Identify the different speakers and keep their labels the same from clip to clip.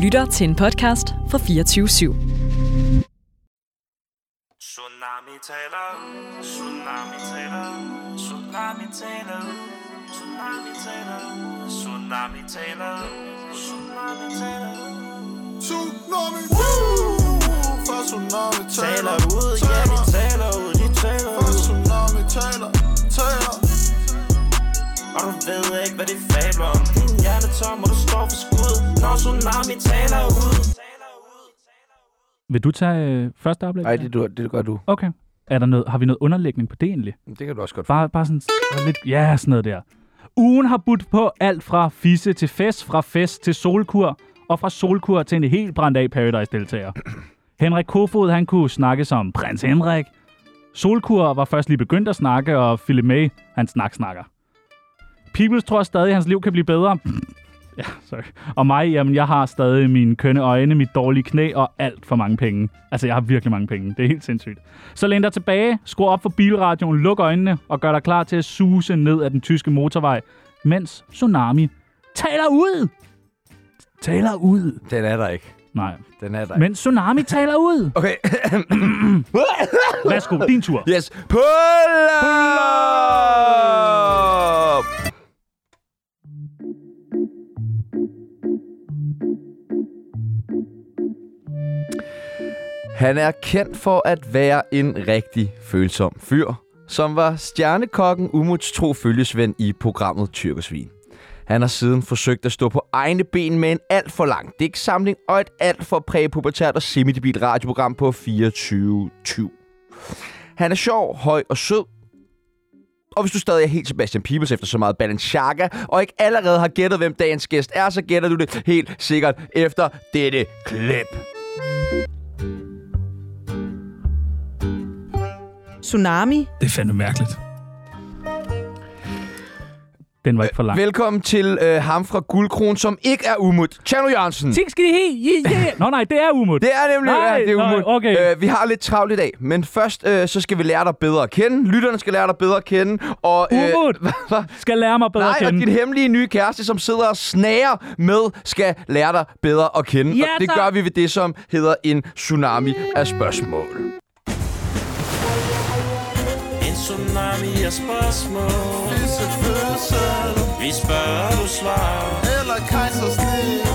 Speaker 1: lytter til en podcast fra 24 /7.
Speaker 2: Tsunami taler, tsunami taler, tsunami taler, tsunami taler, tsunami taler, tsunami taler.
Speaker 3: Tsunami Woo! For tsunami
Speaker 2: Taler
Speaker 3: taler
Speaker 2: ud, ja de taler ud, de taler
Speaker 3: For
Speaker 2: ud.
Speaker 3: tsunami taler Taler
Speaker 2: Og du ved ikke, hvad de fabler om. Din hjerne er tom, og du står for skud, når tsunami taler ud.
Speaker 4: Vil du tage øh, første oplæg?
Speaker 5: Nej, det, du- det gør du.
Speaker 4: Okay. Er der noget, har vi noget underlægning på det egentlig?
Speaker 5: Det kan du også godt.
Speaker 4: Bare, bare sådan bare lidt, ja, sådan noget der. Ugen har budt på alt fra fisse til fest, fra fest til solkur, og fra solkur til en helt brændt af Paradise-deltager. Henrik Kofod, han kunne snakke som prins Henrik. Solkur var først lige begyndt at snakke, og Philip May, han snak snakker. Peoples tror stadig, at hans liv kan blive bedre. ja, sorry. Og mig, jamen, jeg har stadig mine kønne øjne, mit dårlige knæ og alt for mange penge. Altså, jeg har virkelig mange penge. Det er helt sindssygt. Så læn dig tilbage, skru op for bilradioen, luk øjnene og gør dig klar til at suse ned ad den tyske motorvej, mens Tsunami taler ud. Taler ud.
Speaker 5: Den er der ikke.
Speaker 4: Nej,
Speaker 5: Den er der ikke.
Speaker 4: men Tsunami taler ud.
Speaker 5: Okay.
Speaker 4: Værsgo, din tur.
Speaker 5: yes. Pull up! Han er kendt for at være en rigtig følsom fyr, som var stjernekokken Umuts tro følgesvend i programmet Tyrkesvin. Han har siden forsøgt at stå på egne ben med en alt for lang digtsamling og et alt for præpubertært og semidebilt radioprogram på 24 Han er sjov, høj og sød. Og hvis du stadig er helt Sebastian Pibels efter så meget Balenciaga, og ikke allerede har gættet, hvem dagens gæst er, så gætter du det helt sikkert efter dette klip.
Speaker 6: Tsunami.
Speaker 7: Det er fandme mærkeligt.
Speaker 4: Den var ikke for lang.
Speaker 5: Velkommen til øh, ham fra Guldkron, som ikke er Umut. Tjerno Jørgensen.
Speaker 4: Ting skal de helt. Yeah, yeah. Nå nej, det er umut.
Speaker 5: Det er nemlig
Speaker 4: Nej,
Speaker 5: ja, det er
Speaker 4: nej,
Speaker 5: Umut.
Speaker 4: okay.
Speaker 5: Øh, vi har lidt travlt i dag, men først øh, så skal vi lære dig bedre at kende. Lytterne skal lære dig bedre at kende. Og, øh,
Speaker 4: Umut.
Speaker 5: hvad?
Speaker 4: Skal lære mig bedre
Speaker 5: Nej,
Speaker 4: at
Speaker 5: og
Speaker 4: kende.
Speaker 5: din hemmelige nye kæreste, som sidder og snager med, skal lære dig bedre at kende.
Speaker 4: Ja,
Speaker 5: og det
Speaker 4: tak.
Speaker 5: gør vi ved det, som hedder en tsunami af spørgsmål.
Speaker 2: En tsunami af spørgsmål.
Speaker 3: Disse fødsel
Speaker 2: Vi spørger, du svarer.
Speaker 3: Eller kejsersnit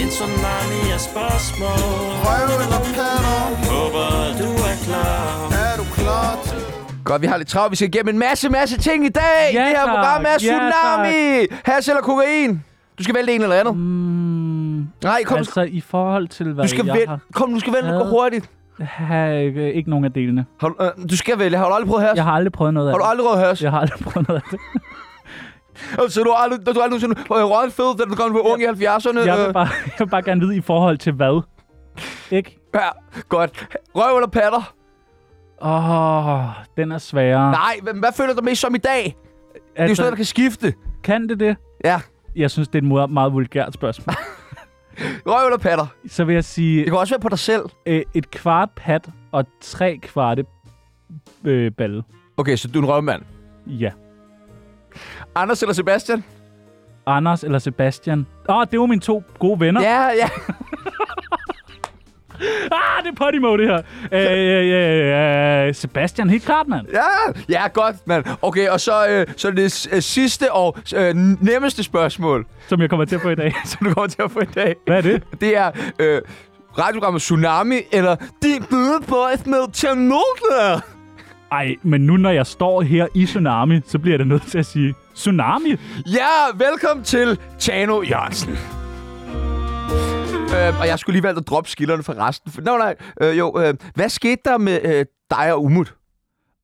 Speaker 2: En tsunami af spørgsmål.
Speaker 3: Røv eller patter
Speaker 2: Håber, du er klar.
Speaker 3: Er du klar til
Speaker 5: Godt, vi har lidt travlt. Vi skal igennem en masse, masse ting i dag.
Speaker 4: Ja,
Speaker 5: det her
Speaker 4: tak.
Speaker 5: program er
Speaker 4: Ja,
Speaker 5: Tsunami. Has eller kokain. Du skal vælge en eller andet.
Speaker 4: Mm,
Speaker 5: Nej, kom,
Speaker 4: altså, i forhold til, hvad
Speaker 5: du skal
Speaker 4: jeg
Speaker 5: vælge.
Speaker 4: har...
Speaker 5: Kom, du skal vælge.
Speaker 4: Ja.
Speaker 5: Gå hurtigt.
Speaker 4: har øh, ikke nogen af delene.
Speaker 5: Har, du- øh, du skal vælge. Har du aldrig prøvet hash?
Speaker 4: Jeg har aldrig prøvet noget af
Speaker 5: Har du aldrig røget hash?
Speaker 4: Jeg har aldrig prøvet noget af det.
Speaker 5: Og Så du har aldrig, du har aldrig nogensinde øh, røget fed, da du kom på unge i 70'erne?
Speaker 4: Jeg vil,
Speaker 5: Øh,
Speaker 4: bare, jeg vil bare gerne vide, i forhold til hvad. Ikke?
Speaker 5: ja, godt. Røv eller patter?
Speaker 4: Åh, oh, den er sværere. Altså,
Speaker 5: Nej, men hvad føler du mest som i dag? Det er jo sådan noget, der kan skifte.
Speaker 4: kan det det?
Speaker 5: Ja.
Speaker 4: Jeg synes, det er et meget, meget vulgært spørgsmål.
Speaker 5: Røv eller patter?
Speaker 4: Så vil jeg sige
Speaker 5: Det kan også være på dig selv.
Speaker 4: øh, et kvart pat og tre kvarte øh, balle.
Speaker 5: Okay, så du er en røvmand.
Speaker 4: Ja.
Speaker 5: Anders eller Sebastian?
Speaker 4: Anders eller Sebastian. Åh, oh, det var mine to gode venner.
Speaker 5: Ja, ja.
Speaker 4: Ah, det er Podimo, det her. Øh, øh, øh, øh, Sebastian, helt klart, mand.
Speaker 5: Ja, ja, godt, mand. Okay, og så, øh, så det øh, sidste og øh, nemmeste spørgsmål,
Speaker 4: Som jeg kommer til at få i dag.
Speaker 5: som du kommer til at få i dag.
Speaker 4: Hvad er det?
Speaker 5: Det er øh, radioprogrammet Tsunami, eller Din Bløde Boys med Tjernogle.
Speaker 4: Ej, men nu når jeg står her i Tsunami, så bliver jeg da nødt til at sige, Tsunami?
Speaker 5: Ja, velkommen til Tjano Jørgensen. Øh, og jeg skulle lige valgt at droppe skillerne fra resten. For, no, nej, øh, jo, øh, hvad skete der med øh, dig og Umut?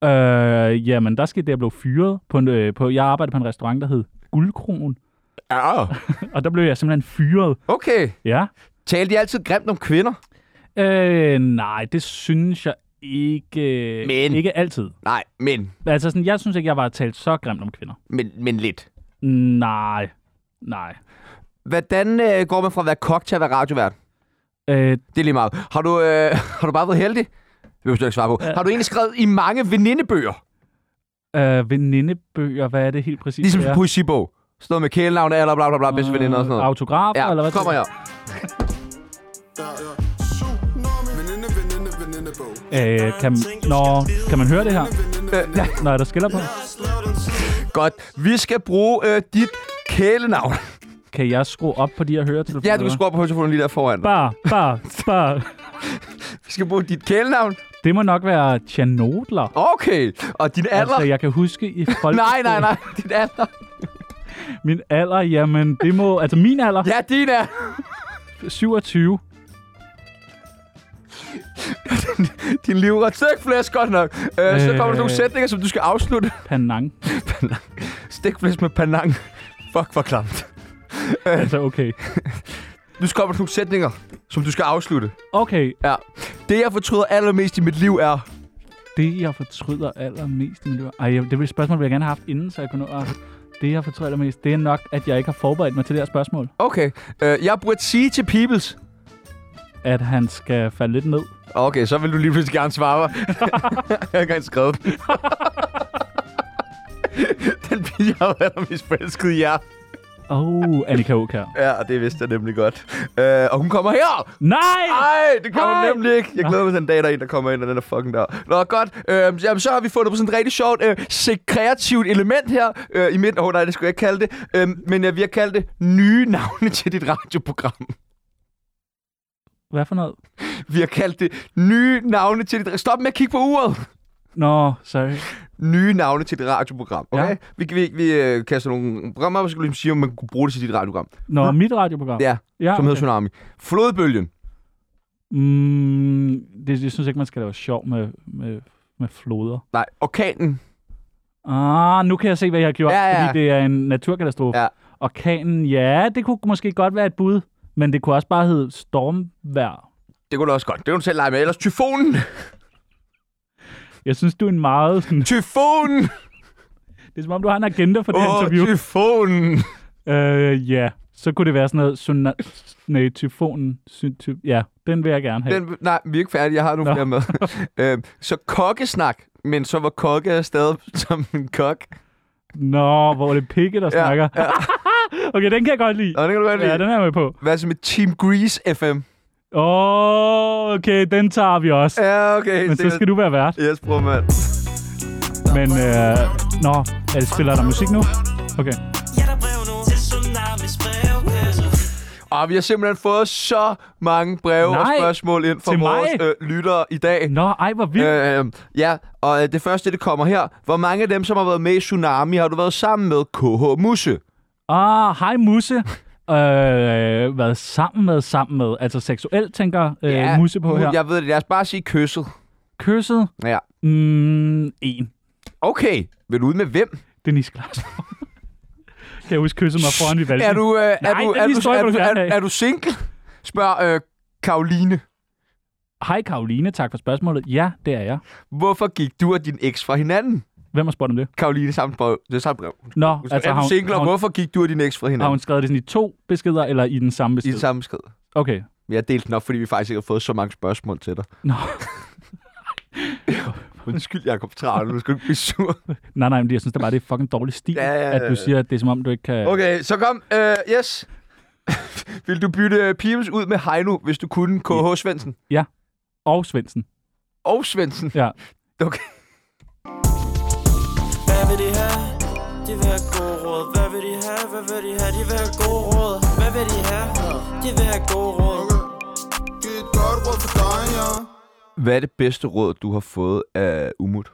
Speaker 4: Øh, jamen, der skete det, jeg blev fyret. På en, øh, på, jeg arbejdede på en restaurant, der hed Guldkronen.
Speaker 5: Ja.
Speaker 4: Og der blev jeg simpelthen fyret.
Speaker 5: Okay.
Speaker 4: Ja.
Speaker 5: Talte de altid grimt om kvinder?
Speaker 4: Øh, nej, det synes jeg ikke.
Speaker 5: Men-
Speaker 4: Ikke altid.
Speaker 5: Nej, men,
Speaker 4: Altså, sådan, jeg synes ikke, jeg var talt så grimt om kvinder.
Speaker 5: men, men lidt.
Speaker 4: Nej. Nej.
Speaker 5: Hvordan øh, går man fra at være kok til at være radiovært?
Speaker 4: Øh,
Speaker 5: Det er lige meget. Har du, øh, har du bare været heldig? Det vil jeg ikke svare på.
Speaker 4: Ja.
Speaker 5: Har du egentlig skrevet i mange venindebøger?
Speaker 4: øh, venindebøger, hvad er det helt præcis?
Speaker 5: Ligesom
Speaker 4: det
Speaker 5: ja.
Speaker 4: er?
Speaker 5: en poesibog. Sådan noget med kælenavn, alder, bla bla bla, bedste veninder og sådan noget.
Speaker 4: Autografer,
Speaker 5: Ja,
Speaker 4: eller hvad?
Speaker 5: kommer jeg.
Speaker 6: der er tsunami. Veninde, veninde, veninde bog.
Speaker 4: Øh, kan, nå, kan man høre det her?
Speaker 5: Øh,
Speaker 4: Ja, når der skiller på.
Speaker 5: Godt. Vi skal bruge øh, dit kælenavn.
Speaker 4: Kan jeg skrue op på de her høretelefoner?
Speaker 5: Ja, du kan skrue op på høretelefonen lige der foran dig.
Speaker 4: Bare, bare, bare.
Speaker 5: Vi skal bruge dit kælenavn.
Speaker 4: Det må nok være Tjernodler.
Speaker 5: Okay. Og din alder.
Speaker 4: Altså, jeg kan huske i folk...
Speaker 5: Nej, nej, nej. Din alder.
Speaker 4: Min alder, jamen, det må... Altså, min alder,
Speaker 5: Ja, din alder.
Speaker 4: 27.
Speaker 5: Din livret. Stikflæs, godt nok. Øh, øh, så kommer der sådan nogle
Speaker 4: Øh.
Speaker 5: sætninger, som du skal afslutte.
Speaker 4: Panang.
Speaker 5: Panang. Stikflæs med panang. Fuck, hvor klamt.
Speaker 4: Altså, okay.
Speaker 5: Nu kommer der nogle sætninger, som du skal afslutte.
Speaker 4: Okay,
Speaker 5: Ja. Det, jeg fortryder allermest i mit liv, er...
Speaker 4: det jeg fortryder allermest i mit liv... Ej, jeg- det er et spørgsmål, jeg gerne har haft inden, så jeg kunne nå at... Det, jeg fortryder allermest, det er nok, at jeg ikke har forberedt mig til det her spørgsmål.
Speaker 5: Okay. Øh, jeg burde sige til Peoples...
Speaker 4: At han skal falde lidt ned.
Speaker 5: Okay, så vil du lige pludselig gerne svare mig. jeg har ikke engang skrevet den. den pige, jeg har været allermest forelsket i jer.
Speaker 4: Oh, Annika Åkær.
Speaker 5: Ja, og det vidste jeg nemlig godt. Øh, og hun kommer her!
Speaker 4: Nej!
Speaker 5: Nej, det kommer
Speaker 4: Ej!
Speaker 5: Ej. nemlig ikke. Jeg glæder mig til den dag, der er en, der kommer ind, og den er fucking der. Nå, godt. Øh, jamen, så har vi fundet på sådan et rigtig sjovt, øh, se- kreativt element her øh, i midten. Åh, oh, nej, det skulle jeg ikke kalde det. Øh, men øh, vi har kaldt det nye navne til dit radioprogram.
Speaker 4: Hvad for noget?
Speaker 5: Vi har kaldt det nye navne til dit... Stop med at kigge på uret!
Speaker 4: Nå, sorry.
Speaker 5: Nye navne til dit radioprogram, okay?
Speaker 4: Ja.
Speaker 5: Ja. Vi, vi, vi øh, kaster nogle programmer, og så skal du ligesom sige, om man kunne bruge det til dit radioprogram.
Speaker 4: Nå,
Speaker 5: Nå.
Speaker 4: mit radioprogram.
Speaker 5: Ja,
Speaker 4: ja
Speaker 5: som hedder Tsunami. Flodbølgen.
Speaker 4: Mm, det, jeg synes ikke, man skal lave sjov med, med, med floder.
Speaker 5: Nej, orkanen.
Speaker 4: Ah, nu kan jeg se, hvad jeg har gjort,
Speaker 5: Ja, ja.
Speaker 4: fordi det er en naturkatastrofe.
Speaker 5: Ja.
Speaker 4: Orkanen, ja, det kunne måske godt være et bud, men det kunne også bare hedde stormvær.
Speaker 5: Det kunne du også godt. Det kunne du selv lege med. Ellers tyfonen.
Speaker 4: Jeg synes, du er en meget... Sådan,
Speaker 5: Tyfonen!
Speaker 4: det er som om, du har en agenda for det her
Speaker 5: Åh,
Speaker 4: interview.
Speaker 5: tyfonen!
Speaker 4: Øh, ja, så kunne det være sådan noget... Suna- nej, tyfonen. Sy- ty- ja, den vil jeg gerne have.
Speaker 5: Den, nej, vi er ikke færdige. Jeg har nogle
Speaker 4: Nå.
Speaker 5: flere med. øhm, så kokkesnak. Men så var kokke er stadig som en kok.
Speaker 4: Nå, hvor er det pikke, der
Speaker 5: Ja,
Speaker 4: snakker. Ja. okay, den kan jeg godt lide.
Speaker 5: Nå, det kan du godt lide.
Speaker 4: Ja, den er jeg med på.
Speaker 5: Hvad så med Team Grease FM?
Speaker 4: Åh, oh, okay, den tager vi også.
Speaker 5: Ja, okay.
Speaker 4: Men så skal du være vært.
Speaker 5: Yes, bror, mand.
Speaker 4: Men, øh, nå, er det, spiller der musik nu? Okay.
Speaker 2: Ja, der er brev nu til Tsunamis brevkasse.
Speaker 5: Og Ah, vi har simpelthen fået så mange breve og
Speaker 4: Nej,
Speaker 5: spørgsmål ind fra
Speaker 4: til mig.
Speaker 5: vores øh, lyttere i dag.
Speaker 4: Nå, ej, hvor vildt. Øh,
Speaker 5: Øh, ja, og øh, det første, det kommer her. Hvor mange af dem, som har været med i Tsunami, har du været sammen med? KH Musse.
Speaker 4: ah, hej Musse. Øh, været sammen med, sammen med. Altså seksuelt tænker øh, ja, Musse på
Speaker 5: nu-
Speaker 4: her. Jeg...
Speaker 5: Jeg ved det. Lad os bare sige kysset.
Speaker 4: Kysset?
Speaker 5: Ja.
Speaker 4: Mm, en.
Speaker 5: Okay. Vil du ud med hvem?
Speaker 4: Denise Klarstrup. kan jeg huske kysset mig foran vi valgte?
Speaker 5: Er du, øh, er,
Speaker 4: Nej,
Speaker 5: du,
Speaker 4: den
Speaker 5: er, du,
Speaker 4: historie
Speaker 5: er,
Speaker 4: vil
Speaker 5: du,
Speaker 4: du gerne
Speaker 5: er,
Speaker 4: have.
Speaker 5: er du single? Spørger øh, Karoline.
Speaker 4: Hej Karoline, tak for spørgsmålet. Ja, det er jeg.
Speaker 5: Hvorfor gik du og din eks fra hinanden?
Speaker 4: Hvem har spurgt om det?
Speaker 5: Karoline samt brev. Det er samt brev. Hun
Speaker 4: Nå, altså,
Speaker 5: spørger, er
Speaker 4: har
Speaker 5: du
Speaker 4: hun,
Speaker 5: single,
Speaker 4: har,
Speaker 5: og
Speaker 4: hun,
Speaker 5: hvorfor gik du og din eks fra
Speaker 4: har hun
Speaker 5: hinanden?
Speaker 4: skrevet det sådan i to beskeder, eller i den samme
Speaker 5: I
Speaker 4: besked?
Speaker 5: det samme skred.
Speaker 4: Okay.
Speaker 5: Men jeg delte den op, fordi vi faktisk ikke har fået så mange spørgsmål til dig.
Speaker 4: Nå.
Speaker 5: Undskyld, Jacob Travl. Nu skal du ikke blive sur.
Speaker 4: Nej, nej, men jeg synes da bare, det er fucking dårlig stil,
Speaker 5: Ja, ja, ja,
Speaker 4: at
Speaker 5: ja.
Speaker 4: du siger, at det er som om, du ikke kan...
Speaker 5: Okay, så kom. Uh, yes. Vil du bytte øh, Pibels ud med Heino, hvis du kunne KH Svendsen?
Speaker 4: Og Svendsen.
Speaker 5: Og Svendsen.
Speaker 4: Ja.
Speaker 5: Okay.
Speaker 2: Hvad vil de have? De vil have gode råd. Hvad vil de have? Hvad vil de have? De vil have gode råd. Hvad vil de have? De vil have gode råd.
Speaker 6: Giv et godt råd for dig, ja.
Speaker 5: Hvad er det bedste råd, du har fået af Umut?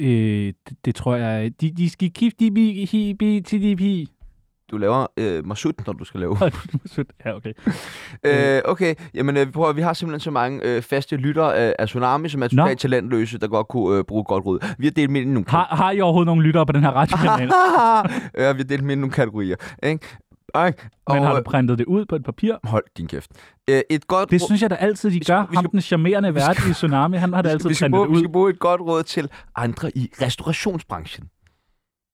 Speaker 4: Øh, det, det tror jeg... De, de skal kifte de bi, hi, bi, til de bi.
Speaker 5: Du laver øh, marsut, når du skal lave.
Speaker 4: Hold nu, sødt. Ja, okay.
Speaker 5: Øh, okay, jamen øh, prøv, at- vi har simpelthen så mange øh, faste lyttere øh, af Tsunami, som er totalt talentløse, der godt kunne øh, bruge et godt råd. Vi har delt dem ind i nogle,
Speaker 4: Har, har I overhovedet nogen lyttere på den her radiokanal?
Speaker 5: ja, vi har delt dem ind i nogle kategorier. Ikke? Ej, og,
Speaker 4: Men har du
Speaker 5: øh,
Speaker 4: printet det ud på et papir?
Speaker 5: Hold din kæft. Øh, et godt
Speaker 4: Det
Speaker 5: råd-
Speaker 4: synes jeg da altid, de gør.
Speaker 5: vi
Speaker 4: Ham
Speaker 5: skal-
Speaker 4: den charmerende vært i Tsunami, han har da altid
Speaker 5: vi, skal
Speaker 4: printet
Speaker 5: bruge,
Speaker 4: det
Speaker 5: vi skal
Speaker 4: ud.
Speaker 5: bruge et godt råd til andre i restaurationsbranchen.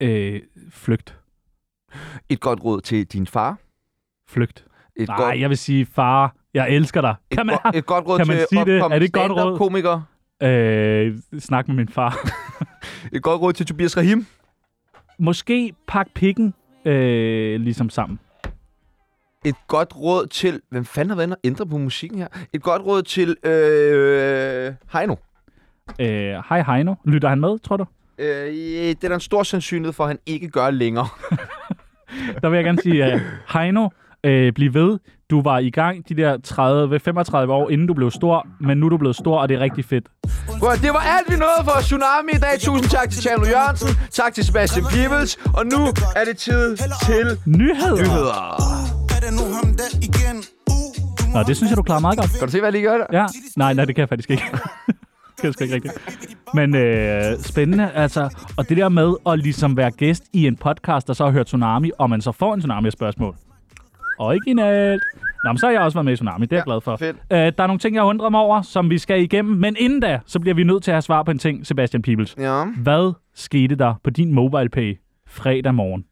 Speaker 4: Øh, flygt.
Speaker 5: Et godt råd til din far.
Speaker 4: Flygt.
Speaker 5: Et
Speaker 4: Nej,
Speaker 5: godt,
Speaker 4: jeg vil sige, far, jeg elsker dig.
Speaker 5: et,
Speaker 4: Kan man,
Speaker 5: godt, et godt råd
Speaker 4: kan man
Speaker 5: til
Speaker 4: sige det?
Speaker 5: opkommende
Speaker 4: Er det et godt råd?
Speaker 5: stand-up-komikere.
Speaker 4: øh, snak med min far.
Speaker 5: Et godt råd til Tobias Rahim.
Speaker 4: Måske pak pikken øh, ligesom sammen.
Speaker 5: et godt råd til... Hvem fanden har været inde og ændre på musikken her? Et godt råd til... Øh, Heino.
Speaker 4: Øh, Hej Heino. Lytter han med, tror du?
Speaker 5: Øh, det er der en stor sandsynlighed for, at han ikke gør længere.
Speaker 4: Der vil jeg gerne sige, øh, Heino, øh, bliv ved. Du var i gang de der 30, 35 år, inden du blev stor, men nu er du blevet stor, og det er rigtig fedt.
Speaker 5: Godt, det var alt, vi nåede for Tsunami i dag. Tusind tak til Tjerno Jørgensen. Tak til Sebastian Peebles. Og nu er det tid til
Speaker 4: Nyheder!
Speaker 5: nyheder.
Speaker 6: Er det nu ham der igen? Uh, du må
Speaker 4: Nå, det synes jeg, du klarer meget godt.
Speaker 5: Kan du se, hvad jeg lige gør der?
Speaker 4: Ja, nej, nej, det kan jeg faktisk ikke. det kan jeg sgu ikke rigtigt. Men øh, spændende, altså. Og det der med at ligesom være gæst i en podcast, der så har hørt Tsunami, og man så får en Tsunami-spørgsmål. Originalt. Nå, men så har jeg også været med i Tsunami. Det er jeg glad for.
Speaker 5: fedt.
Speaker 4: Øh, der er nogle ting, jeg undrer mig over, som vi skal igennem. Men inden da, så bliver vi nødt til at have svar på en ting, Sebastian Peebles.
Speaker 5: Ja.
Speaker 4: Hvad skete der på din MobilePay fredag morgen?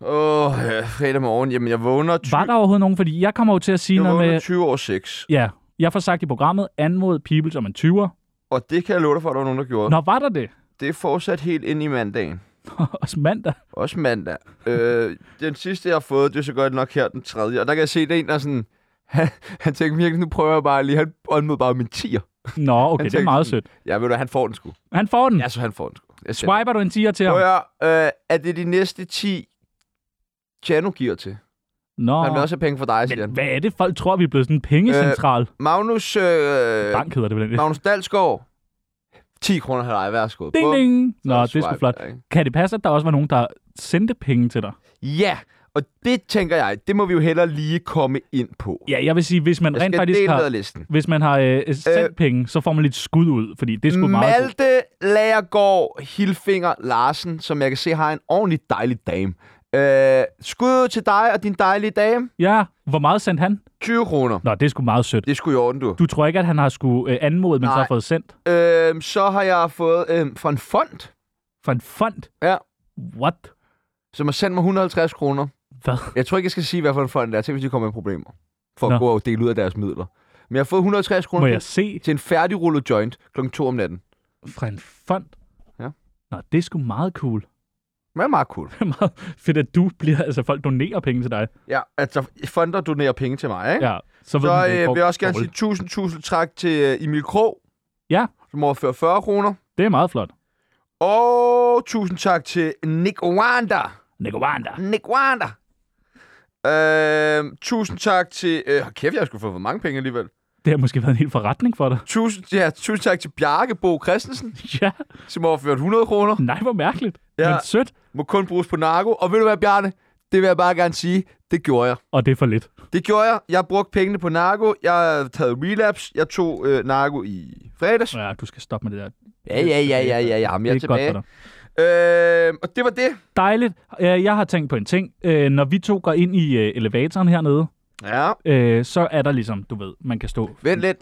Speaker 5: Åh, oh, ja, fredag morgen. Jamen, jeg vågner 20,
Speaker 4: Var der overhovedet nogen? Fordi jeg kommer jo til at sige
Speaker 5: jeg
Speaker 4: noget
Speaker 5: vågner
Speaker 4: med...
Speaker 5: 20 over 6.
Speaker 4: Ja, jeg får sagt i programmet, anmod Peebles om en 20'er.
Speaker 5: Og det kan jeg love dig for, at der var nogen, der gjorde.
Speaker 4: Nå, var der det?
Speaker 5: Det er fortsat helt ind i mandagen.
Speaker 4: Også mandag.
Speaker 5: Også mandag. øh, den sidste, jeg har fået, det er så godt nok her den tredje. Og der kan jeg se, det er en, der er sådan... Han, han tænker virkelig, nu prøver jeg bare lige. Han åndede bare min tier.
Speaker 4: Nå, okay, det er
Speaker 5: tænkte
Speaker 4: meget
Speaker 5: sådan,
Speaker 4: sødt.
Speaker 5: Ja, ved du, hvad, han får den sgu.
Speaker 4: Han får den.
Speaker 5: Ja, så han får den sgu. Jeg sender
Speaker 4: Swiper du en 10'er til ham?
Speaker 5: Prøv at høre, øh, er det de næste 10, Tjano giver til?
Speaker 4: Nå,
Speaker 5: Han vil også have penge fra dig, siger
Speaker 4: men
Speaker 5: han.
Speaker 4: hvad er det, folk tror, vi er blevet sådan en pengecentral? Øh,
Speaker 5: Magnus, øh,
Speaker 4: Bank hedder det vel egentlig.
Speaker 5: Magnus Dalsgaard, 10 kroner har dig, værsgo.
Speaker 4: Ding,
Speaker 5: Bum.
Speaker 4: ding. Nå, det er sgu
Speaker 5: swipe
Speaker 4: flot.
Speaker 5: der, ikke?
Speaker 4: Kan det passe, at der også var nogen, der sendte penge til dig?
Speaker 5: Ja, og det tænker jeg, det må vi jo hellere lige komme ind på.
Speaker 4: Ja, jeg vil sige, hvis man
Speaker 5: jeg
Speaker 4: rent
Speaker 5: skal
Speaker 4: faktisk
Speaker 5: dele
Speaker 4: har...
Speaker 5: med af listen.
Speaker 4: Hvis man har øh, sendt
Speaker 5: Øh,
Speaker 4: penge, så får man lidt skud ud, fordi det er sgu meget godt.
Speaker 5: Malte Lagergaard Hilfinger Larsen, som jeg kan se har en ordentlig dejlig dame. Øh, skud ud til dig og din dejlige dame.
Speaker 4: Ja, hvor meget sendte han?
Speaker 5: 20 kroner.
Speaker 4: Nå, det er sgu meget sødt.
Speaker 5: Det skulle i orden, du.
Speaker 4: Du tror ikke, at han har skulle øh, anmodet, men så
Speaker 5: Nej.
Speaker 4: har fået sendt
Speaker 5: Øhm, så har jeg fået øhm, fra en fond,
Speaker 4: for en fond?
Speaker 5: ja,
Speaker 4: What?
Speaker 5: som har sendt mig 150 kroner.
Speaker 4: Hvad?
Speaker 5: Jeg tror ikke, jeg skal sige, hvad for en fond det er, til hvis de kommer med problemer. For Nå.
Speaker 4: Nå.
Speaker 5: at gå og dele ud af deres midler. Men jeg har fået 160
Speaker 4: Må
Speaker 5: kroner
Speaker 4: jeg
Speaker 5: til,
Speaker 4: se
Speaker 5: til en færdigrullet joint kl. 2 om natten.
Speaker 4: fra en fond?
Speaker 5: Ja.
Speaker 4: Nå, det er sgu meget cool.
Speaker 5: Det er meget cool.
Speaker 4: Det er meget fedt, at du bliver... Altså, folk donerer penge til dig.
Speaker 5: Ja, altså fonder donerer penge til mig, ikke?
Speaker 4: Ja, så, ved
Speaker 5: Så
Speaker 4: man, det
Speaker 5: øh,
Speaker 4: går
Speaker 5: vil jeg også gerne sige
Speaker 4: dårligt.
Speaker 5: tusind, tusind tak til øh, Emil Krog,
Speaker 4: Ja,
Speaker 5: som overfører 40 kroner.
Speaker 4: det er meget flot.
Speaker 5: Og tusind tak til Nick Wanda.
Speaker 4: Nico Wanda.
Speaker 5: Nick Wanda. Øh, tusind tak til... Øh, hold kæft, jeg skulle få for mange penge alligevel.
Speaker 4: Det har måske været en hel forretning for dig.
Speaker 5: Tusind, ja, tusind tak til Bjarke Bo Christensen,
Speaker 4: ja,
Speaker 5: som har overført 100 kroner.
Speaker 4: nej, hvor mærkeligt.
Speaker 5: Ja.
Speaker 4: Men sødt,
Speaker 5: Må kun bruges på narko. Og ved du hvad, Bjarne? Det vil jeg bare gerne sige. Det gjorde jeg.
Speaker 4: og det er for lidt.
Speaker 5: Det gjorde jeg. Jeg brugte pengene på narko. Jeg taget relapse. Jeg tog øh, narko i fredags.
Speaker 4: Ja, du skal stoppe med det der.
Speaker 5: Ja, ja, ja, ja, ja. ja. Jamen,
Speaker 4: det
Speaker 5: jeg
Speaker 4: er
Speaker 5: er tilbage.
Speaker 4: godt for dig.
Speaker 5: Øh, og det var det.
Speaker 4: Dejligt. Øh, Jeg har tænkt på en ting. Øh, Når vi to går ind i øh, elevatoren hernede,
Speaker 5: Ja.
Speaker 4: øh, så er der ligesom, du ved, man kan stå,
Speaker 5: Vent lidt.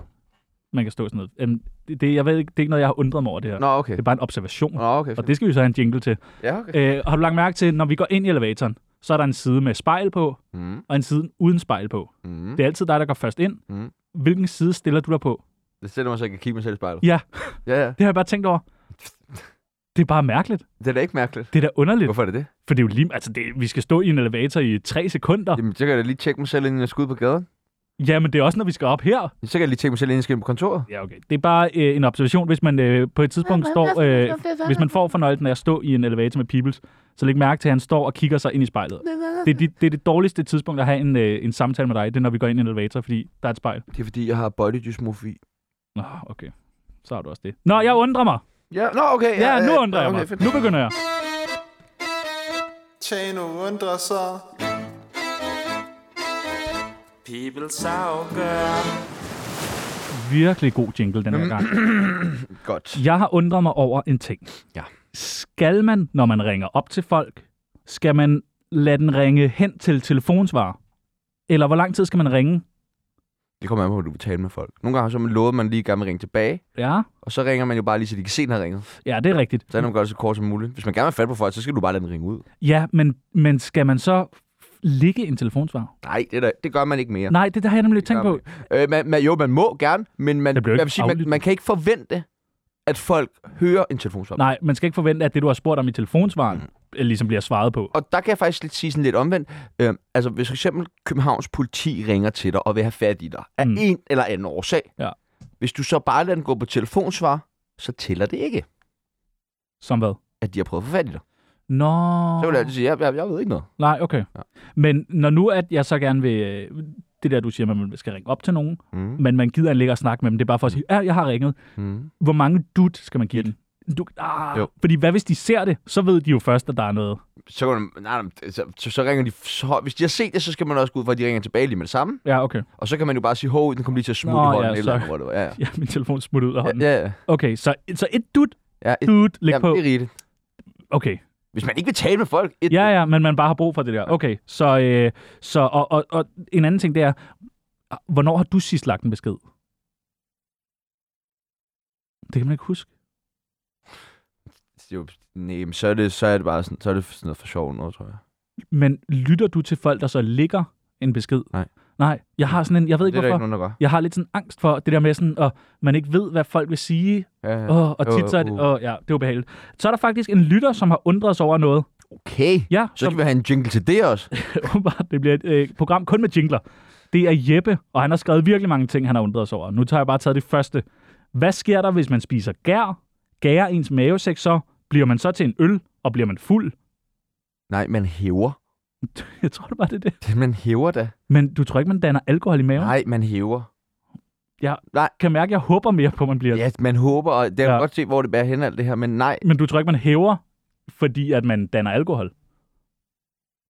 Speaker 4: man kan stå sådan noget. Øhm, Det, det, jeg ved ikke, det er ikke noget, jeg har undret mig over det her.
Speaker 5: Nå, okay.
Speaker 4: Det er bare en observation,
Speaker 5: Nå, okay.
Speaker 4: og det skal vi så have en jingle til.
Speaker 5: Ja, okay.
Speaker 4: Øh, har du lagt mærke til, når vi går ind i elevatoren, så er der en side med spejl på,
Speaker 5: Mm.
Speaker 4: og en side uden spejl på.
Speaker 5: Mm.
Speaker 4: Øh, Det er altid dig, der går først ind.
Speaker 5: Mm.
Speaker 4: Hvilken side stiller du dig på?
Speaker 5: Det stiller mig, så jeg kan kigge mig selv i spejlet.
Speaker 4: Ja,
Speaker 5: Ja, ja.
Speaker 4: det har jeg bare tænkt over. Det er bare mærkeligt.
Speaker 5: Det er da ikke mærkeligt.
Speaker 4: Det er da underligt.
Speaker 5: Hvorfor er det det?
Speaker 4: For det er jo lige... Altså, det, vi skal stå i en elevator i tre sekunder.
Speaker 5: Jamen, så kan jeg da lige tjekke mig selv, inden jeg skal ud på gaden.
Speaker 4: Ja, men det er også, når vi skal op her.
Speaker 5: Så kan jeg lige tjekke mig selv, inden jeg skal ind på kontoret.
Speaker 4: Ja, okay. Det er bare øh, en observation, hvis man øh, på et tidspunkt står... Øh, hvis man får fornøjelsen af at stå i en elevator med Peoples, så læg mærke til, at han står og kigger sig ind i spejlet. Det er, de, det, er det dårligste tidspunkt at have en, øh, en samtale med dig, det er, når vi går ind i en elevator, fordi der er et spejl.
Speaker 5: Det er, fordi jeg har body dysmorfi.
Speaker 4: Nå, okay. Så har du også det. Nå, jeg undrer mig.
Speaker 5: Ja, nå, okay.
Speaker 4: Ja, nu undrer jeg
Speaker 5: okay,
Speaker 4: mig.
Speaker 5: fedt.
Speaker 4: Nu begynder jeg.
Speaker 3: Tjano undrer sig.
Speaker 2: People's afgør
Speaker 4: Virkelig god jingle den
Speaker 5: Mm.
Speaker 4: her gang.
Speaker 5: Godt.
Speaker 4: Jeg har undret mig over en ting.
Speaker 5: Ja.
Speaker 4: Skal man, når man ringer op til folk, skal man lade den ringe hen til telefonsvarer? Eller hvor lang tid skal man ringe?
Speaker 5: Det kommer an på, hvor du vil tale med folk. Nogle gange har så man lovet, at man lige gerne vil ringe tilbage.
Speaker 4: Ja,
Speaker 5: Og så ringer man jo bare lige, så de kan se, den har ringet.
Speaker 4: ja det er rigtigt.
Speaker 5: Så er man godt så kort som muligt. Hvis man gerne vil fat på folk, så skal du bare lade den ringe ud.
Speaker 4: Ja, men, men skal man så ligge en telefonsvarer?
Speaker 5: Nej, det, er da, det gør man ikke mere.
Speaker 4: Nej, det, det har jeg nemlig tænkt
Speaker 5: gør
Speaker 4: på.
Speaker 5: Øh, man, man, jo, man må gerne, men man,
Speaker 4: Det bliver jo
Speaker 5: jeg
Speaker 4: ikke
Speaker 5: vil sige, man,
Speaker 4: aflyttet.
Speaker 5: man kan ikke forvente, at folk hører en telefonsvar. Mm.
Speaker 4: Nej, man skal ikke forvente, at det, du har spurgt om i telefonsvaren, ligesom bliver svaret på.
Speaker 5: Og der kan jeg faktisk lidt sige sådan lidt omvendt. Øhm, altså, hvis for eksempel Københavns politi ringer til dig og vil have fat i dig af
Speaker 4: Mm.
Speaker 5: mm. en eller anden årsag,
Speaker 4: Ja.
Speaker 5: hvis du så bare lader den gå på telefonsvar, så tæller det ikke,
Speaker 4: Som hvad?
Speaker 5: at de har prøvet at få fat i dig.
Speaker 4: Nå.
Speaker 5: Så vil jeg altid sige, jeg, jeg, jeg ved ikke noget.
Speaker 4: Nej, okay. Ja.
Speaker 5: Ja.
Speaker 4: Men når nu, at jeg så gerne vil... øh, Det der, du siger, at man skal ringe op til nogen,
Speaker 5: Mm.
Speaker 4: men man gider ikke ligge og snakke med dem. Det er bare for at sige, ja, jeg har ringet.
Speaker 5: Mm.
Speaker 4: Hvor mange dut skal man give den? Du, ah,
Speaker 5: Jo.
Speaker 4: fordi hvad hvis de ser det, så ved de jo først, at der er noget.
Speaker 5: Så, kan man, nej, nej, så, så, så ringer de så højt. Hvis de har set det, så skal man også gå ud for, at de ringer tilbage lige med det samme.
Speaker 4: Ja, okay.
Speaker 5: Og så kan man jo bare sige, hov, den kom lige til at smutte
Speaker 4: Nå,
Speaker 5: i
Speaker 4: ja,
Speaker 5: hånden. Ja, eller
Speaker 4: sorry.
Speaker 5: andet, hvor det var. Ja, ja.
Speaker 4: Ja, min telefon smuttede ud af hånden. Ja,
Speaker 5: Ja, ja.
Speaker 4: Okay, så, så et dut,
Speaker 5: ja, et,
Speaker 4: dut, læg
Speaker 5: jamen,
Speaker 4: på.
Speaker 5: det er rigtigt.
Speaker 4: Okay.
Speaker 5: Hvis man ikke vil tale med folk, et,
Speaker 4: Ja, ja, men man bare har brug for det der. Okay, så, øh, så og, og, og en anden ting, det er, hvornår har du sidst lagt en besked? Det kan man ikke huske.
Speaker 5: Jo, nej, men så er det, så er det bare sådan, så er det sådan noget for sjov noget, tror jeg.
Speaker 4: Men lytter du til folk, der så ligger en besked?
Speaker 5: Nej.
Speaker 4: Nej, jeg har sådan en, jeg ved ikke
Speaker 5: det er der
Speaker 4: hvorfor,
Speaker 5: ikke nogen, der gør.
Speaker 4: jeg har lidt sådan angst for det der med sådan, at man ikke ved, hvad folk vil sige,
Speaker 5: Ja, Uh. ja.
Speaker 4: og, og
Speaker 5: Jo,
Speaker 4: tit så er det,
Speaker 5: jo.
Speaker 4: og, ja, det er ubehageligt. Så er der faktisk en lytter, som har undret sig over noget.
Speaker 5: Okay.
Speaker 4: Ja,
Speaker 5: Så skal vi have en jingle til det også.
Speaker 4: Åbenbart, det bliver et øh, program kun med jingler. Det er Jeppe, og han har skrevet virkelig mange ting, han har undret sig over. Nu tager jeg bare taget det første. Hvad sker der, hvis man spiser gær? Gærer ens mavesæk så? Bliver man så til en øl, og bliver man fuld?
Speaker 5: Nej, man hæver.
Speaker 4: Jeg tror det bare, det er det.
Speaker 5: Det, man hæver da.
Speaker 4: Men du tror ikke, man danner alkohol i maven?
Speaker 5: Nej, man hæver.
Speaker 4: Jeg kan mærke, at jeg håber mere på, at man bliver...
Speaker 5: Ja, man håber, og det kan
Speaker 4: Ja.
Speaker 5: ja. godt se, hvor det bærer hen alt det her, men nej.
Speaker 4: Men du tror ikke, man hæver, fordi at man danner alkohol?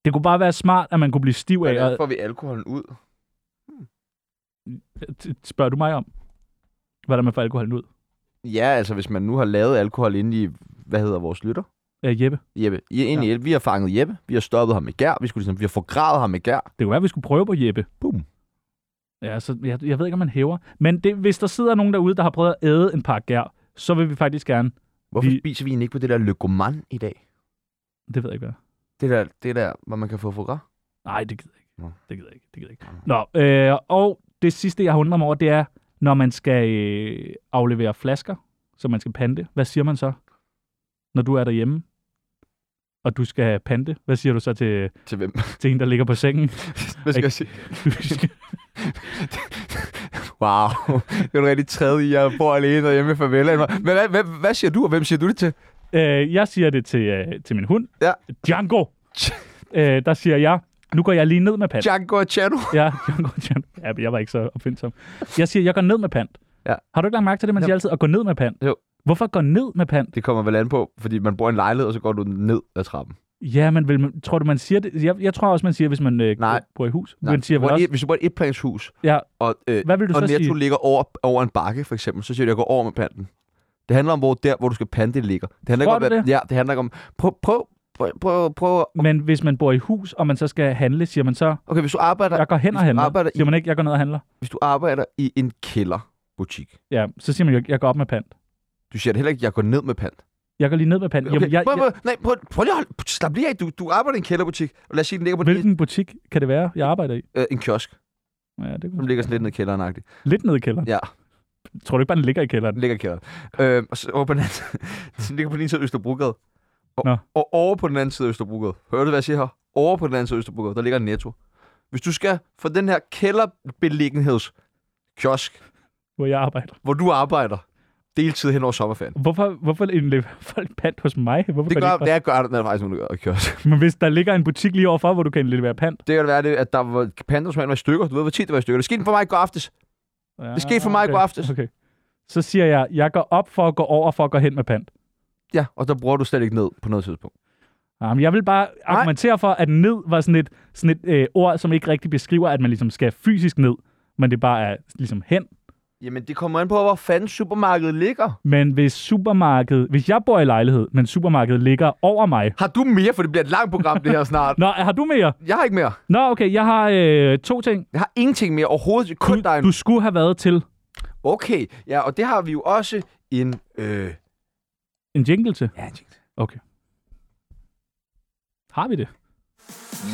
Speaker 4: Det kunne bare være smart, at man kunne blive stiv af.
Speaker 5: Hvordan
Speaker 4: Og...
Speaker 5: får vi alkoholen ud?
Speaker 4: Spørger du mig om, hvordan man får alkoholen ud?
Speaker 5: Ja, altså hvis man nu har lavet alkohol inde i, hvad hedder vores lytter?
Speaker 4: Øh, Jeppe,
Speaker 5: Jeppe. I- Inde ja. i, vi har fanget Jeppe, vi har stoppet ham med gær, vi, skulle ligesom, vi har forgravet ham med gær.
Speaker 4: Det kunne være, at vi skulle prøve på Jeppe.
Speaker 5: Boom.
Speaker 4: Ja, så jeg, jeg ved ikke, om man hæver. Men det, hvis der sidder nogen derude, der har prøvet at æde en pakke gær, så vil vi faktisk gerne...
Speaker 5: Hvorfor
Speaker 4: Vi-
Speaker 5: vi... spiser vi egentlig ikke på det der løgoman i dag?
Speaker 4: Det ved jeg ikke, hvad.
Speaker 5: Det der, det der, hvor man kan få forgræ?
Speaker 4: Nej, det gider jeg ikke.
Speaker 5: Nå.
Speaker 4: Det gider jeg ikke. Det gider jeg ikke. Nå, øh, og det sidste, jeg har undret mig over, det er, når man skal øh, aflevere flasker, så man skal pante. Hvad siger man så, når du er derhjemme? og du skal pante. Hvad siger du så til,
Speaker 5: Til hvem?
Speaker 4: til en, der ligger på sengen?
Speaker 5: Hvad skal
Speaker 4: Ikke-
Speaker 5: jeg sige? Wow, det er en rigtig tredje, jeg bor alene derhjemme i favelaen. Men hvad, hvad, hvad siger du, og hvem siger du det til?
Speaker 4: øh, jeg siger det til, øh, til min hund.
Speaker 5: Ja.
Speaker 4: Django! øh, der siger jeg, nu går jeg lige ned med pant.
Speaker 5: Django og Chano.
Speaker 4: Ja, Django Django. Ja, men jeg var ikke så opfindsom. Jeg siger, jeg går ned med pant.
Speaker 5: Ja.
Speaker 4: Har du ikke lagt mærke til det, man
Speaker 5: Jo.
Speaker 4: siger altid, at gå ned med pant?
Speaker 5: Jo.
Speaker 4: Hvorfor gå ned med pant?
Speaker 5: Det kommer vel an på, fordi man bor i en lejlighed, og så går du ned ad trappen.
Speaker 4: Ja, men vil man, tror du, man siger det? Jeg, jeg tror også, man siger, hvis man øh,
Speaker 5: Nej.
Speaker 4: bor i hus. Man siger
Speaker 5: Hvor
Speaker 4: vel
Speaker 5: et-
Speaker 4: også,
Speaker 5: Hvis du bor i et etplanshus,
Speaker 4: ja,
Speaker 5: og, øh,
Speaker 4: hvad vil du
Speaker 5: og
Speaker 4: så
Speaker 5: Netto
Speaker 4: sige?
Speaker 5: ligger over, over en bakke, for eksempel, så siger du, at jeg går over med panten. Det handler om, hvor der, hvor du skal pante, ligger. Det handler
Speaker 4: Tror
Speaker 5: ikke om,
Speaker 4: du
Speaker 5: at-
Speaker 4: det?
Speaker 5: Ja, det handler ikke om... Prøv, prøv, prøv, prøv, prøv.
Speaker 4: Men hvis man bor i hus, og man så skal handle, siger man så,
Speaker 5: Okay, hvis du arbejder,
Speaker 4: jeg går hen
Speaker 5: hvis
Speaker 4: og
Speaker 5: du
Speaker 4: handler.
Speaker 5: arbejder i-
Speaker 4: Siger man ikke, jeg går ned og handler?
Speaker 5: hvis du arbejder i en kælderbutik,
Speaker 4: Ja, så siger man jo ikke, jeg går op med pant.
Speaker 5: du siger det heller ikke, at jeg går ned med pant.
Speaker 4: Jeg går lige ned med pant.
Speaker 5: Okay.
Speaker 4: Jamen, jeg,
Speaker 5: prøv,
Speaker 4: jeg,
Speaker 5: prøv, nej, prøv, prøv lige at holde, slap lige af. Du, du arbejder i en kælderbutik, og lad os sige, den ligger på en,
Speaker 4: hvilken butik kan det være, jeg arbejder i?
Speaker 5: øh, en kiosk,
Speaker 4: Ja, det
Speaker 5: som
Speaker 4: kunne...
Speaker 5: ligger sådan lidt nede i kælderen -agtigt.
Speaker 4: Lidt ned i kælderen.
Speaker 5: Ja.
Speaker 4: Tror du ikke bare, den ligger i kælderen?
Speaker 5: Den ligger i kælderen. Øh, og så over på den anden den ligger på den ene side af Østerbrogade. Og,
Speaker 4: Nå.
Speaker 5: og over på den anden side af Østerbrogade. Hører du, hvad jeg siger her? Over på den anden side af Østerbrogade, der ligger en netto. Hvis du skal fra den her kælderbeliggenheds kiosk,
Speaker 4: hvor jeg arbejder.
Speaker 5: hvor du arbejder deltid hen over sommerferien.
Speaker 4: Hvorfor, hvorfor indlever folk pant hos mig? Hvorfor
Speaker 5: Det
Speaker 4: gør de
Speaker 5: gør,
Speaker 4: ikke
Speaker 5: det er, gør, der er faktisk nogen, der gør i kiosk.
Speaker 4: bare- Men hvis der ligger en butik lige overfor, hvor du kan indlevere pant.
Speaker 5: Det kan være, det, at der var pandosmanden var i stykker. Du ved, hvor tit det var i stykker. Det skete for mig i går aftes.
Speaker 4: Ja,
Speaker 5: Det skete for mig i går aftes.
Speaker 4: Okay. Så siger jeg, jeg går op for at gå over for at gå hen med pant.
Speaker 5: Ja, og der bruger du slet ikke ned på noget tidspunkt.
Speaker 4: Jamen, jeg vil bare argumentere for, at ned var sådan et, sådan et øh, ord, som ikke rigtig beskriver, at man ligesom skal fysisk ned, men det bare er ligesom hen.
Speaker 5: Jamen, det kommer an på, hvor fanden supermarkedet ligger.
Speaker 4: Men hvis supermarkedet, hvis jeg bor i lejlighed, men supermarkedet ligger over mig.
Speaker 5: Har du mere? For det bliver et langt program, det her snart.
Speaker 4: Nå, har du mere?
Speaker 5: Jeg har ikke mere.
Speaker 4: Nå, okay, jeg har øh, to ting.
Speaker 5: Jeg har ingenting mere overhovedet. Kun dig.
Speaker 4: Du skulle have været til
Speaker 5: Okay, ja, og det har vi jo også en... Øh...
Speaker 4: en jingle til.
Speaker 5: Ja, en jingle.
Speaker 4: Okay. Har vi det?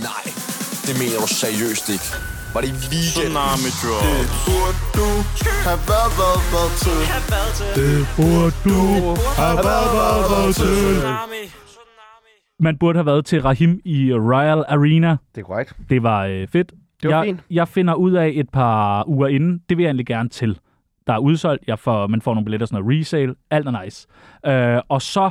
Speaker 7: Nej, det mener du seriøst ikke. Var det i weekenden?
Speaker 2: Tsunami Drop.
Speaker 6: Burde du have været hvad, hvad til?
Speaker 4: Burde du
Speaker 6: Have været hvad, hvad til?
Speaker 2: Tsunami. Tsunami.
Speaker 4: man burde have været til Rahim i Royal Arena.
Speaker 5: Det er korrekt.
Speaker 4: Det var øh, fedt.
Speaker 5: Det var
Speaker 4: jeg,
Speaker 5: fint.
Speaker 4: jeg finder ud af et par uger inden, det vil jeg egentlig gerne til. Der er udsolgt, jeg får, man får nogle billetter, sådan noget resale, alt er nice. Øh, og så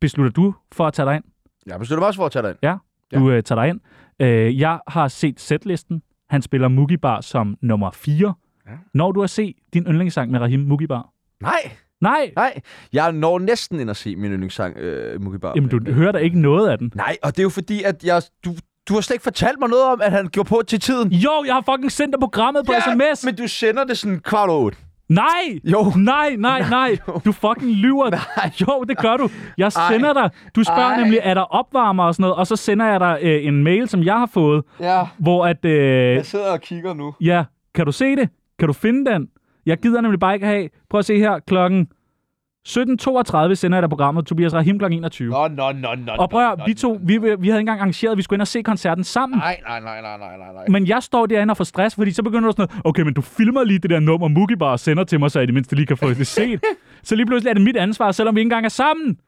Speaker 4: beslutter du for at tage dig ind.
Speaker 5: Jeg beslutter mig også for at tage dig ind.
Speaker 4: Ja, du øh, tager dig ind. Øh, jeg har set setlisten. Han spiller Mugibar som nummer 4. Ja. Når du har set din yndlingssang med Rahim Mugibar.
Speaker 5: Nej,
Speaker 4: Nej!
Speaker 5: nej. Jeg når næsten ind og se min yndlingssang, øh, Mookie Bar.
Speaker 4: Jamen, du hører da ikke noget af den.
Speaker 5: Nej, og det er jo fordi, at jeg, du, du har slet ikke fortalt mig noget om, at han gjorde på til tiden.
Speaker 4: Jo, jeg har fucking sendt dig programmet på ja, sms!
Speaker 5: men du sender det sådan kvart over otte.
Speaker 4: Nej!
Speaker 5: Jo.
Speaker 4: Nej, nej, nej. Du fucking lyver. Nej. Jo, det gør du. Jeg sender dig. Du spørger
Speaker 5: Ej.
Speaker 4: Ej. nemlig, er der opvarmer og sådan noget, og så sender jeg dig øh, en mail, som jeg har fået,
Speaker 5: Ja.
Speaker 4: hvor at, øh,
Speaker 5: Jeg sidder og kigger nu.
Speaker 4: ja, kan du se det? Kan du finde den? Jeg gider nemlig bare ikke have. Prøv at se her, klokken 17.32 sender jeg dig programmet, Tobias Rahim kl. 21.
Speaker 5: Nå, nå, nå, nå.
Speaker 4: og prøv at, høre, vi to, vi, vi havde ikke engang arrangeret, at vi skulle ind og se koncerten sammen.
Speaker 5: Nej, nej, nej, nej, nej, nej, nej.
Speaker 4: Men jeg står derinde og får stress, fordi så begynder du sådan noget, okay, men du filmer lige det der nummer, Mookie bare sender til mig, så jeg i det mindste lige kan få det set. så lige pludselig er det mit ansvar, selvom vi ikke engang er sammen.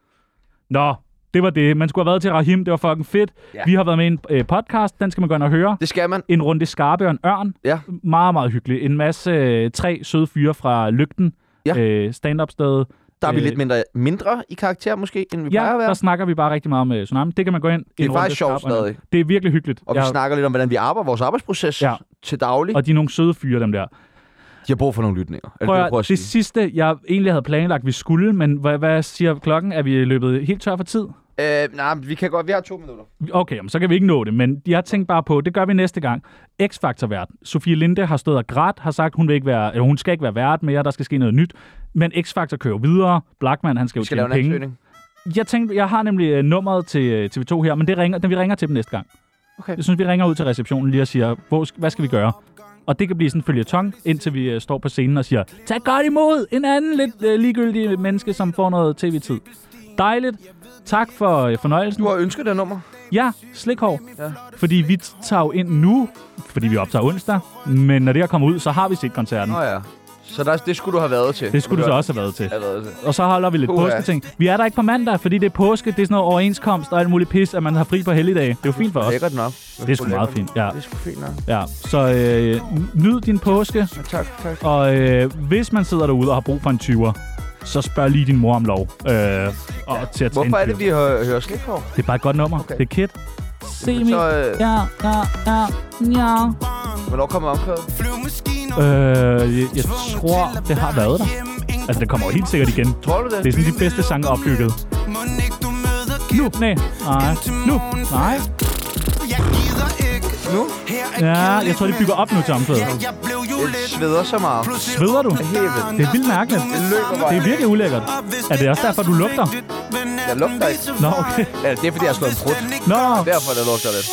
Speaker 4: Nå, det var det. Man skulle have været til Rahim, det var fucking fedt.
Speaker 5: Ja.
Speaker 4: Ja. Vi har været med i en øh, podcast, den skal man gå ind og høre.
Speaker 5: Det skal man.
Speaker 4: En runde skarpe og en ørn.
Speaker 5: Ja.
Speaker 4: Meget, meget hyggeligt. En masse øh, tre søde fyre fra Lygten,
Speaker 5: Ja.
Speaker 4: øh, stand-up stedet.
Speaker 5: Der er vi
Speaker 4: Øh,
Speaker 5: lidt mindre, mindre i karakter måske, end vi plejer
Speaker 4: Ja,
Speaker 5: at
Speaker 4: der
Speaker 5: være.
Speaker 4: snakker vi bare rigtig meget om øh, Tsunami. Det kan man gå ind.
Speaker 5: Det er
Speaker 4: En Runde
Speaker 5: faktisk sjovt
Speaker 4: Skarpe og en Ørn.
Speaker 5: stadig.
Speaker 4: Det er virkelig hyggeligt.
Speaker 5: Og vi snakker lidt om, hvordan vi arbejder vores arbejdsproces
Speaker 4: Ja.
Speaker 5: til daglig. Og
Speaker 4: og de er nogle søde fyre, dem der.
Speaker 5: de har brug for nogle lytninger. Er det,
Speaker 4: Prøv at,
Speaker 5: det, du
Speaker 4: høre,
Speaker 5: prøver at
Speaker 4: det
Speaker 5: sige?
Speaker 4: sidste, jeg egentlig havde planlagt, vi skulle, men hvad, hvad siger klokken? Er vi løbet helt tør for tid?
Speaker 5: Øh, nej, men vi kan godt. Vi har to minutter.
Speaker 4: Okay, jamen, så kan vi ikke nå det, men jeg tænkte bare på, det gør vi næste gang. x factor vært. Sofie Linde har stået og grædt, har sagt, hun, vil ikke være, eller hun skal ikke være vært mere, der skal ske noget nyt. Men x factor kører videre. Blackman, han skal jo
Speaker 5: Vi skal lave
Speaker 4: tjene
Speaker 5: en
Speaker 4: penge.
Speaker 5: ansøgning.
Speaker 4: Jeg tænkte, jeg har nemlig øh, nummeret til øh, TV2 her, men det ringer, den, vi ringer til dem næste gang. Okay. Jeg synes, vi ringer ud til receptionen lige og siger, hvor, sk- hvad skal vi gøre? Og det kan blive sådan en følgetong, indtil vi øh, står på scenen og siger, tag godt imod en anden lidt øh, ligegyldig menneske, som får noget tv-tid. Dejligt. Tak for øh, fornøjelsen.
Speaker 5: Du har ønsket det nummer.
Speaker 4: Ja, slikhår. Ja. Fordi vi tager jo ind nu, fordi vi optager onsdag. Men når det her kommer ud, så har vi set koncerten.
Speaker 5: Nå ja. Så der, det skulle du have været til.
Speaker 4: Det skulle du så
Speaker 5: har-
Speaker 4: også have været til.
Speaker 5: have været til.
Speaker 4: Og så holder vi lidt
Speaker 5: Puha.
Speaker 4: påsketing. Vi er der ikke på mandag, fordi det er påske, det er sådan noget overenskomst og alt muligt pis, at man har fri på helligdage. Det er jo fint for os.
Speaker 5: Lækkert nok.
Speaker 4: Det er sgu meget fint, ja.
Speaker 5: Det er sgu fint nok.
Speaker 4: ja. Så øh, nyd din påske,
Speaker 5: Ja, tak, tak.
Speaker 4: og øh, hvis man sidder derude og har brug for en 20'er, så spørg lige din mor om lov. Øh, og til at tage en
Speaker 5: Hvorfor er det,
Speaker 4: 20'er.
Speaker 5: vi hører, hører slikhår?
Speaker 4: Det er bare et godt nummer.
Speaker 5: Okay.
Speaker 4: Det er kid. Se mig.
Speaker 5: Så, øh,
Speaker 4: Ja, ja, ja, ja.
Speaker 5: hvornår kommer omkvædet?
Speaker 4: Øh, jeg, jeg tror, det har været der. Altså, det kommer jo helt sikkert igen.
Speaker 5: Tror du det?
Speaker 4: Det er sådan de bedste sange opbygget. Nu, nej, nej, nu, nej.
Speaker 5: Nu?
Speaker 4: Ja, jeg tror, de bygger op nu til omkvædet.
Speaker 5: Jeg sveder så meget.
Speaker 4: Sveder du?
Speaker 5: Helt vildt.
Speaker 4: Det er vildt mærkeligt.
Speaker 5: Det løber bare.
Speaker 4: Det er virkelig ulækkert. Er det også derfor, du lugter?
Speaker 5: Jeg lugter ikke.
Speaker 4: Nå, okay.
Speaker 5: Ja, det er, fordi jeg har slået en prut.
Speaker 4: Nå.
Speaker 5: Derfor, der lugter lidt.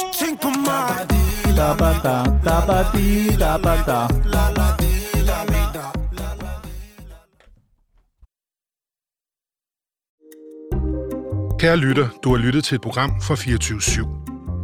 Speaker 4: Da, ba, da, da, ba, di, da, ba, da.
Speaker 8: Kære lytter, du har lyttet til et program fra 24 /7.